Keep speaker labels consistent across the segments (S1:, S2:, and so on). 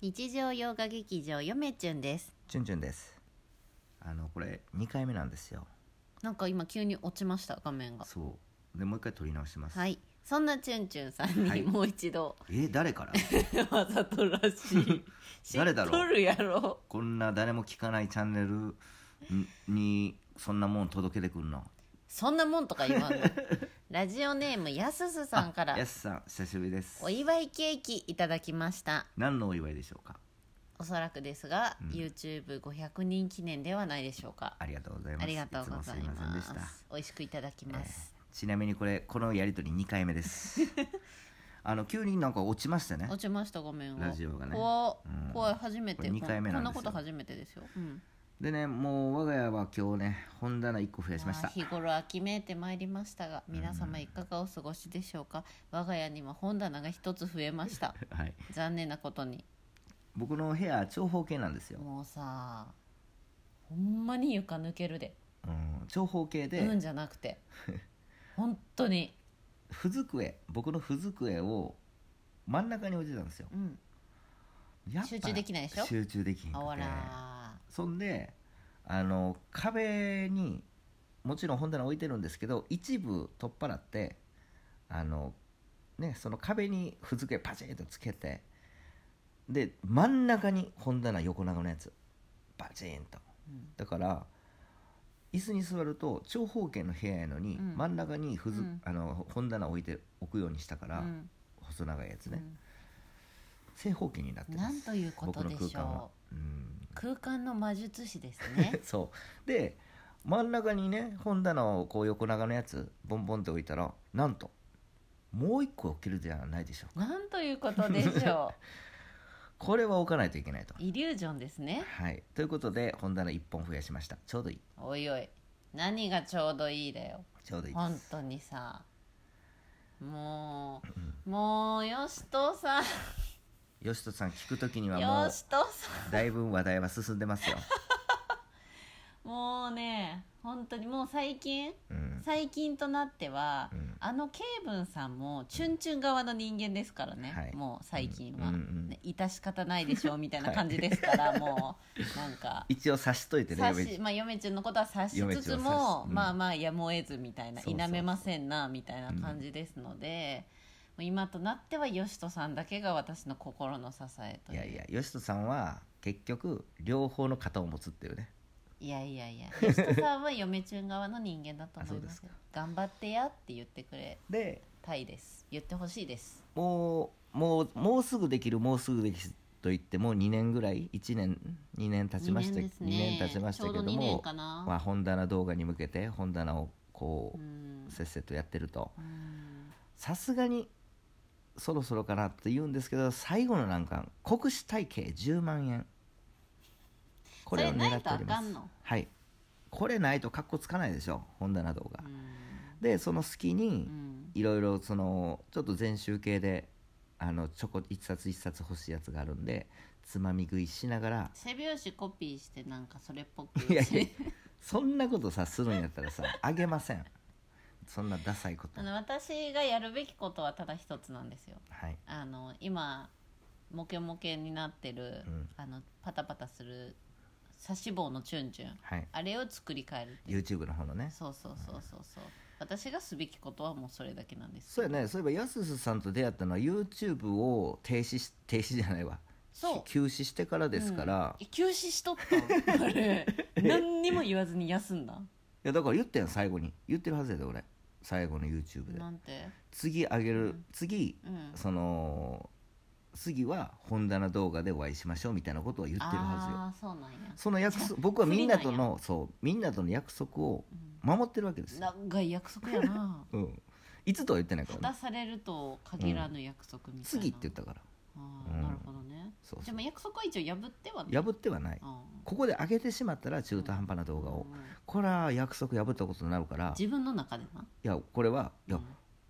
S1: 日常洋画劇場よめちゅんです
S2: チュンチュンですあのこれ2回目なんですよ
S1: なんか今急に落ちました画面が
S2: そうでもう一回撮り直してます、
S1: はいそんなちゅんちゅんさん
S2: は
S1: に
S2: い
S1: もう一度、
S2: え誰から
S1: わざとらしい
S2: 誰だろう
S1: 知っとるやろ
S2: こんな誰も聞かないチャンネルにそんなもん届けてくんの
S1: そんなもんとか言わんのラジオネームやすすさんか
S2: あや
S1: ら
S2: すさん久しぶりです
S1: お祝いケーキいただきました
S2: 何のお祝いでしょうか
S1: おそらくですが、
S2: うん
S1: YouTube500 人記念ではないでしょうか
S2: ありがとうございます
S1: ありがとうござい
S2: つもすいません
S1: ま
S2: ですした
S1: 美味しくいただきます、
S2: ちなみにこれこのやりとり2回目です あの急になんか落ちましたね
S1: 落ちました画面を
S2: ラジオがね
S1: 怖っ
S2: うん
S1: 怖い初め
S2: こ
S1: て
S2: れ二回目なんです
S1: こんな
S2: よ
S1: こと初めてですよ、うん、
S2: でねもう我が家は今日ね本棚1個増やしまし
S1: まあ
S2: た
S1: 日頃秋めいてまいりましたが皆様いかがお過ごしでしょうか、我が家にも本棚が一つ増えました
S2: はい
S1: 残念なことに
S2: 僕の部屋長方形なんですよ、
S1: もうさほんまに床抜けるで
S2: うん、長方形で、
S1: うんじゃなく て本当に
S2: ふずくえ僕のふずくえを真ん中に置いてたんですよ
S1: うん
S2: やっぱ
S1: 集中できないでしょ
S2: 集中できへんく
S1: あわ
S2: て
S1: ら
S2: そんであの壁にもちろん本棚置いてるんですけど一部取っ払ってあのねその壁にふずくえパチンとつけてで真ん中に本棚横長のやつパチンと
S1: うん
S2: だから椅子に座ると長方形の部屋やのに、
S1: うん
S2: 真ん中にふず、
S1: うん
S2: あの本棚置いて置くようにしたから、
S1: うん
S2: 細長いやつね、
S1: うん
S2: 正方形になってま
S1: な
S2: す
S1: んということで
S2: 僕の
S1: し
S2: 空間は
S1: ょ
S2: う
S1: う空間の魔術師ですね
S2: んそうで真ん中にね本棚をこう横長のやつボンボンって置いたらなんともう一個置けるではないでしょうか
S1: なんということでしょ
S2: これは置かないといけないと
S1: うイリュージョンですね
S2: はいということで本棚1本増やしましたちょうどいい
S1: おいおい何がちょうどいいだよ
S2: ちょうどいいです
S1: 本当にさもうもうよしとさん
S2: 吉人さん聞く時にはも
S1: よ
S2: う
S1: しとさ
S2: だいぶ話題は進んでますよ、
S1: んもうね本当にもう最近
S2: うん
S1: 最近となっては、
S2: うん
S1: あのケイブンさんもチュンチュン側の人間ですからね、
S2: はい
S1: もう最近は、
S2: うんうんうん
S1: ね致し方ないでしょうみたいな感じですから、もうなんか
S2: 一応差しといてね
S1: 察し、まあ、嫁ちゃんのことは察しつつ
S2: 嫁ちゃんは
S1: も
S2: 察し、うん
S1: まあまあやむを得ずみたいな
S2: そうそうそう
S1: 否めませんなみたいな感じですので、もう今となってはよしとさんだけが私の心の支えと
S2: い
S1: いう
S2: やいや吉人さんは結局両方の肩を持つっていうね
S1: いやいやいやよしとさんは嫁ちゃん側の人間だと思いま
S2: あ
S1: す
S2: そうで
S1: 頑張ってやって言ってくれ
S2: で
S1: たいです言ってほしいです
S2: もうもうもうすぐできるもうすぐできると言ってもう2年ぐらい1年2年経ちまし
S1: 二
S2: た
S1: 年ですね
S2: 二経ちましたけど
S1: ちょうど2年
S2: も
S1: かな、
S2: まあ、本棚動画に向けて本棚をこ
S1: う
S2: う、
S1: ん
S2: せっせとやってると
S1: うん
S2: さすがにそろそろかなって言うんですけど最後の難関国史体系10万円これを狙ってお
S1: それ
S2: りま
S1: ないとあかん
S2: す
S1: の
S2: はいこれないと格好つかないでしょ本棚動画
S1: う、ん
S2: でその隙に、
S1: うん
S2: いろいろそのちょっと全集系であのチョコ一冊一冊欲しいやつがあるんでつまみ食いしながら
S1: 背拍子コピーしてなんかそれっぽく
S2: いやいやそんなことさするんやったらさあげませんそんなダサいこと
S1: あの私がやるべきことはただ一つなんですよ
S2: はい
S1: あの今モケモケになってる、
S2: うん
S1: あのパタパタする刺し棒のチュンチュン
S2: はい
S1: あれを作り変えるっていう
S2: YouTube の方のね
S1: そうそうそうそうそう私がすべきことはもうそれだけなんです
S2: そうやねそういえばやすすさんと出会ったのは YouTube を停止し停止じゃないわ
S1: そう
S2: 休止してからですから、
S1: え休止しとったんあ れ何にも言わずに休んだ
S2: いやだから言ったやん最後に言ってるはずやで俺最後の YouTube で
S1: なんて
S2: 次あげる、
S1: うん
S2: 次
S1: うん
S2: その次は本棚動画でお会いしましょうみたいなことを言ってるはずよ
S1: ああそうなんや、
S2: その約束僕はみんなとのそうみんなとの約束を
S1: う
S2: 守ってるわけです
S1: ん、
S2: よ、
S1: 長い約束や な
S2: うん、いつとは言ってないか
S1: 果
S2: ら、
S1: た
S2: ね、
S1: されると限らぬ約束みたいな、
S2: 次って言ったから
S1: あ
S2: う
S1: あ
S2: ん
S1: なるほどね、
S2: そう
S1: じ
S2: そ
S1: ゃあ
S2: う
S1: まあ約束は一応破ってはね
S2: 破ってはない
S1: あ
S2: ここで上げてしまったら中途半端な動画をこれは約束破ったことになるからい
S1: 自分の中でな
S2: やこれはいや
S1: うん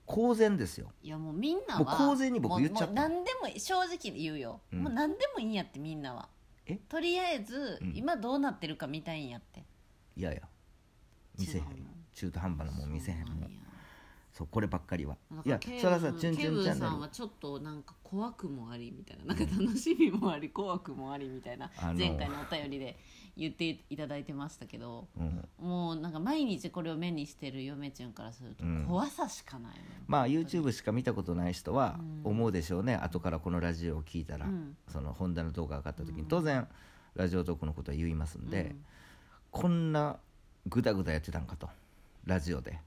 S2: 公然ですよ
S1: いやもうみんなは
S2: もう公然に僕言っちゃった
S1: もうもう何でも正直言うよ、
S2: うん
S1: もう何でもいいんやってみんなは
S2: え
S1: とりあえず、
S2: うん
S1: 今どうなってるか見たいんやって
S2: いやいや見せへん
S1: 違うの
S2: 中途半端なもん見せへん
S1: そう
S2: も
S1: なん
S2: ん
S1: や
S2: そうこればっかりは
S1: なん
S2: い
S1: か
S2: や
S1: ケ
S2: それは
S1: ブ
S2: さ
S1: ン
S2: 「チュンチ
S1: ケ
S2: ュ
S1: ブ
S2: ンチャ
S1: ン
S2: ン
S1: さん
S2: ネ
S1: は
S2: ル
S1: ちょっとなんか怖くもありみたいななんか楽しみもあり怖くもありみたいな
S2: あの
S1: 前回のお便りで言っていただいてましたけど」
S2: うん、
S1: もうなんか毎日これを目にしてる嫁ちゃんからすると
S2: うん
S1: 怖さしかないね、
S2: まあ YouTube しか見たことない人は
S1: うん
S2: 思うでしょうね、後からこのラジオを聞いたら、
S1: うん
S2: その本田の動画が上がった時
S1: う
S2: に
S1: ん
S2: 当然ラジオトークのことは言いますんで、
S1: うん
S2: こんなグダグダやってたんかとラジオで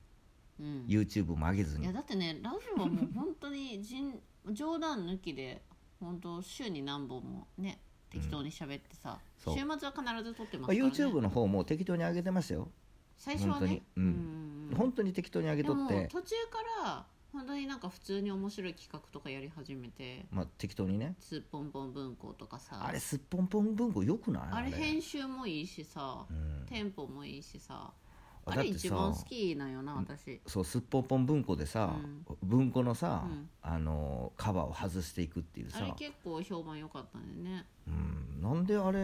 S1: うん
S2: YouTube も上げず
S1: い
S2: に
S1: やだってねラジオはもう本当に人冗談抜きで本当週に何本もね適当に喋ってさ、
S2: そう
S1: 週末は必ず撮ってまか
S2: ますあ
S1: ら、ね、
S2: YouTube の方も適当に上げてましたよ、
S1: 最初はね
S2: 本当にうん
S1: うん
S2: 本当に適当に上げ
S1: で
S2: と
S1: も
S2: って、
S1: 途中から本当になんか普通に面白い企画とかやり始めて
S2: まあ、適当に
S1: 「
S2: ね
S1: ツーポンポン文庫」とかさ
S2: あれすっぽんぽん文庫よくない
S1: あれ編集もいいしさ、
S2: うん
S1: テンポもいいしさ
S2: あ
S1: あ
S2: だっ
S1: れ
S2: て
S1: 一
S2: さ
S1: 番好きなんよな私
S2: そうすっぽんぽん文庫でさ、文庫のさ、
S1: うん
S2: あのカバーを外していくっていう
S1: あ
S2: さ
S1: れ結構評判良かったんだよね
S2: うん、なんであれ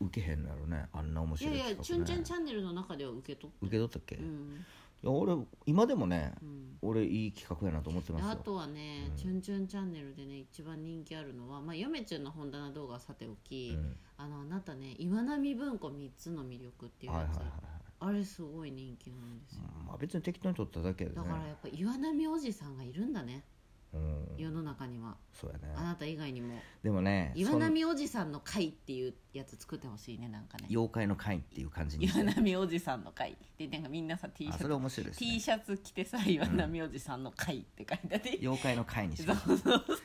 S2: 受けへんのやろねあんな面
S1: い
S2: 白
S1: や
S2: い
S1: い
S2: 企
S1: や「チュ
S2: 画、ね、
S1: ンチュンチャンネル」の中では受け取って
S2: 受け取ったっけ、
S1: う
S2: い
S1: ん
S2: や俺今でもね
S1: うん
S2: 俺いい企画やなと思って
S1: で
S2: ます
S1: あ
S2: よ
S1: とはね「チュンチュンチャンネル」でね一番人気あるのはまあ嫁ちゃんの本棚動画はさてお
S2: う
S1: き、
S2: ん、
S1: あのあなたね岩波文庫3つの魅力っていう
S2: はい
S1: や
S2: はい
S1: つ、
S2: はいはい、
S1: あれすごい人気なんですよ、
S2: まあ、別に適当に撮っただけやで
S1: だ
S2: ね
S1: からやっぱ岩波おじさんがいるんだね
S2: うん、
S1: 世の中には
S2: そうや
S1: あ
S2: ね
S1: なた以外にも
S2: でもね
S1: 岩波おじさんの会っていうやつ作ってほしいねなんかね
S2: その妖怪の会っていう感じにして
S1: 岩波おじさんの会でなんかみんなさ T シ
S2: あそ
S1: ャ
S2: れ
S1: ツ、
S2: 面白いです、ね
S1: T、シャツ着てさ岩波おじさんの会って書いてあって、
S2: 妖怪の会にし
S1: そ
S2: ま
S1: う
S2: す
S1: そうそう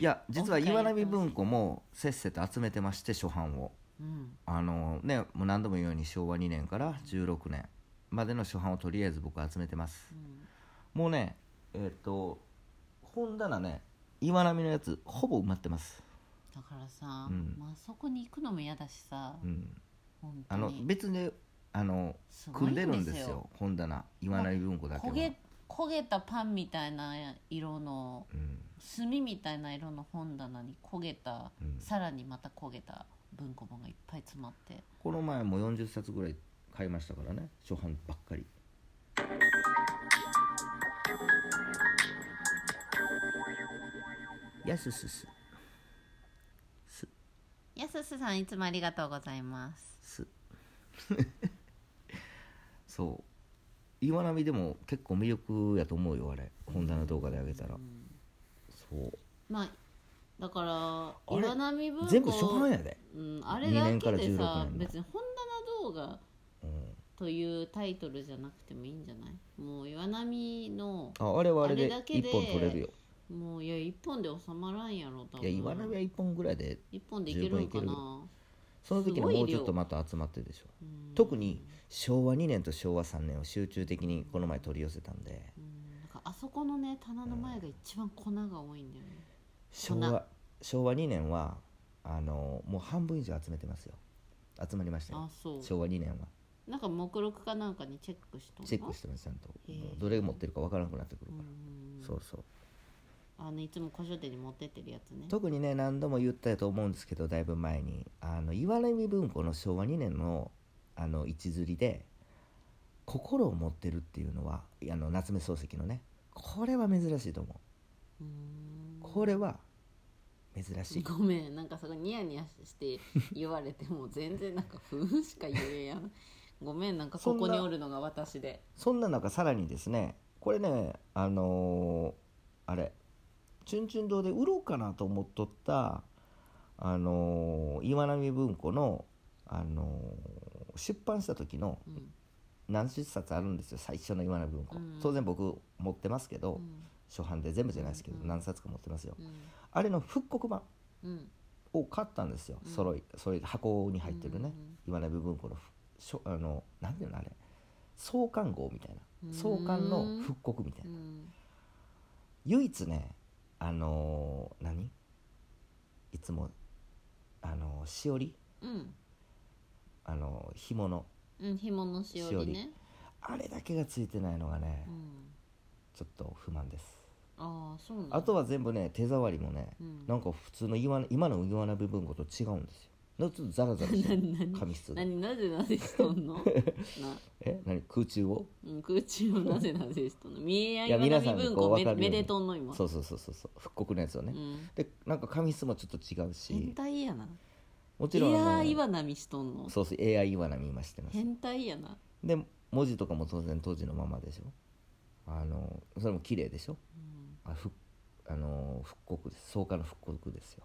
S2: いや実は
S1: オフ会や
S2: 岩
S1: ってほしい
S2: 波文庫もせっせと集めてまして初版を
S1: うん
S2: あのねもう何度も言うように昭和2年から16年までの初版をとりあえず僕は集めてます
S1: うん
S2: もうねえっ、と本棚ね岩波のやつほぼ埋まってます、
S1: だからさ、
S2: うん
S1: まあそこに行くのも嫌だしさ、
S2: うん、
S1: 本当
S2: あの
S1: に
S2: 別にあの
S1: すごい
S2: 組んでるんですよ本棚岩波文庫だけ
S1: 焦
S2: は、
S1: げ焦げたパンみたいな色の
S2: うん
S1: 炭みたいな色の本棚に焦げた、
S2: うん
S1: さらにまた焦げた文庫本がいっぱい詰まって
S2: この前も40冊ぐらい買いましたからね初版ばっかりやすすす
S1: やすすさんいつもありがとうございます
S2: す そう岩波でも結構魅力やと思うよあれ本棚動画であげたら、そう
S1: まあだから
S2: あれ
S1: 岩波文庫
S2: 全部初版やで、
S1: うん、あれだ
S2: 2年か
S1: け
S2: ら
S1: で
S2: 16
S1: さ
S2: 年の
S1: 別に本棚動画
S2: うん、
S1: というタイトルじゃなくてもいいんじゃないもう岩波の
S2: ああれはあれ
S1: あ
S2: で
S1: れだけ
S2: 一
S1: で
S2: 本取れるよ
S1: もういや一本で収まらんやろ多
S2: いや岩波は一本ぐらいで
S1: 一本でいけるのか
S2: 十分いける
S1: な
S2: その時には
S1: すごい量
S2: もうちょっとまた集まってるでしょ
S1: うん
S2: 特に昭和2年と昭和3年を集中的にこの前取り寄せたんで
S1: うんなんかあそこのね棚の前が一番粉が多いんだよね、
S2: 昭和昭和2年はあのもう半分以上集めてますよ集まりました
S1: あ
S2: よ
S1: そう
S2: 昭和2年は
S1: なんか目録かなんかにチェックしとんの
S2: チェックしてますちゃんと
S1: へえ
S2: もうどれ持ってるかわからなくなってくる
S1: う
S2: から、
S1: ん
S2: そうそう
S1: あのいつも古書店に持ってってるやつね
S2: 特にね何度も言ったと思うんですけどだいぶ前にあの岩波文庫の昭和2年のあの位置づりで「心を持ってる」っていうのはあの夏目漱石のねこれは珍しいと思
S1: うん
S2: うこれは珍しい
S1: ごめんなんかすごいニヤニヤして言われても全然なんか「ふーん」しか言えんやんごめんなんかここにおるのが私で
S2: そんな中さらにですねこれねあのーあれチュンチュン堂で売ろうかなと思っとったあのー岩波文庫の、あのー出版した時の
S1: うん
S2: 何十冊あるんですよ最初の岩波文庫、
S1: うん
S2: 当然僕持ってますけど、
S1: うん
S2: 初版で全部じゃないですけど、
S1: うん
S2: 何冊か持ってますよ
S1: うん
S2: あれの復刻版
S1: うん
S2: を買ったんですよ、
S1: うん
S2: 揃いそれ箱に入ってるね、
S1: うん
S2: 岩波文庫のふしょあの何ていうのあれ創刊号みたい
S1: うん
S2: な創刊の復刻みたいな、
S1: うん
S2: 唯一ねあのー何いつもあのーしおり
S1: うん
S2: あのー紐の
S1: うん紐のしおりね
S2: あれだけがついてないのがね、
S1: うん
S2: ちょっと不満です
S1: ああそうなんだ
S2: あとは全部ね手触りもね、
S1: うん
S2: なんか普通の岩今の岩波文庫と違うんですよなんかちょっとザラザラし てる
S1: 何
S2: 紙質が
S1: 何なぜなぜしと んのな、
S2: え何空中を
S1: うん、空中をなぜなぜしとんの見え合
S2: いや
S1: い
S2: 皆
S1: 学
S2: さ
S1: び
S2: んが
S1: 文
S2: こう
S1: 庫
S2: 分
S1: め
S2: かるように
S1: めでとんの今
S2: そうそうそうそうそう復刻のやつをね、
S1: うん、
S2: でなんか紙質もちょっと違う
S1: 変
S2: し
S1: 態やな
S2: もちろんあの
S1: AI は波しとんの
S2: そうそう AI 岩波今してます
S1: 変態やな
S2: で文字とかも当然当時のままでしょあのそれも綺麗でしょあふあの復刻です草加の復刻ですよ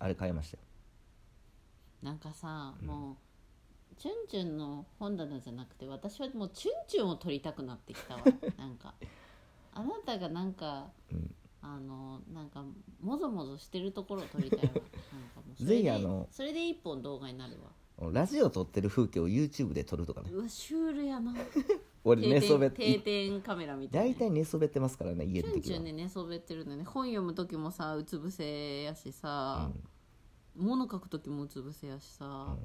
S2: あれ買いましたよ
S1: なんかさ、
S2: うん
S1: もうチュンチュンの本棚じゃなくて私はもうチュンチュンを撮りたくなってき たわなんかあなたがなんか、
S2: うん
S1: あのなんかもぞもぞしてるところを撮りたいわなんかもうそ
S2: ぜ
S1: れ
S2: ひ
S1: で
S2: あの
S1: それで一本動画になるわ
S2: ラジオ撮ってる風景を YouTube で撮るとかね
S1: うわシュールやな
S2: 俺
S1: 定
S2: 寝そべ
S1: 点定
S2: って
S1: 点カメラみたい
S2: 大
S1: な
S2: 体寝そべってますからね家
S1: チ
S2: の
S1: ュン
S2: 時
S1: チ
S2: は
S1: ュンね寝そべってるんだよね本読む時もさうつ伏せやしさ、
S2: うん
S1: 物書く時もうつ伏せやしさ、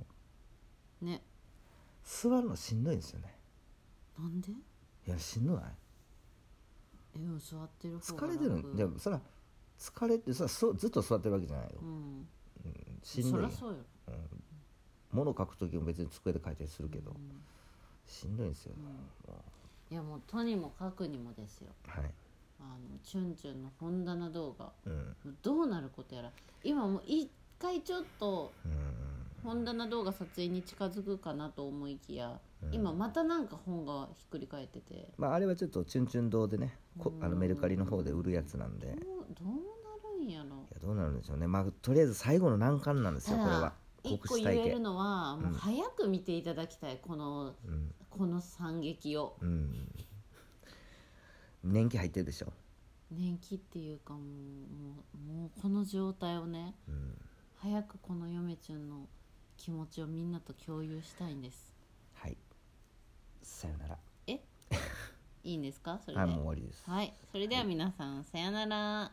S1: ね
S2: 座るのしんどいんですよね
S1: なんで
S2: いやしんどない
S1: えでも座ってる方が
S2: 疲れてる
S1: 楽
S2: んでもそら疲れてさそうずっと座ってるわけじゃないよ
S1: うん
S2: しんどい
S1: そ
S2: よ
S1: りゃそうよ
S2: 物書く時も別に机で書いたりするけど、
S1: うん
S2: しんどいんですよ、も
S1: いやもうとにもかくにもですよ
S2: うはい
S1: あのチュンチュンの本棚動画
S2: うん
S1: どうなることやら今もう一回ちょっと
S2: うん
S1: 本棚動画撮影に近づくかなと思いきや、
S2: うん
S1: 今またなんか本がひっくり返ってて
S2: まああれはちょっとチュンチュン堂でねこあのメルカリの方で売るやつなんでい
S1: どうどうなるんやろ
S2: やどうなるんでしょうねまあとりあえず最後の難関なんです
S1: た
S2: よこれ
S1: だ
S2: は
S1: 一個
S2: し
S1: 言えるのはもう早く見ていただきたいこの
S2: うん
S1: この惨劇を
S2: うん年季入ってるでしょ、
S1: 年季っていうかもうもうもうこの状態をね
S2: うん、
S1: 早くこの嫁ちゃんの気持ちをみんなと共有したいんです
S2: はいさよなら
S1: いいんですかそれで
S2: あもう終わりです
S1: はいそれでは皆さん、さよなら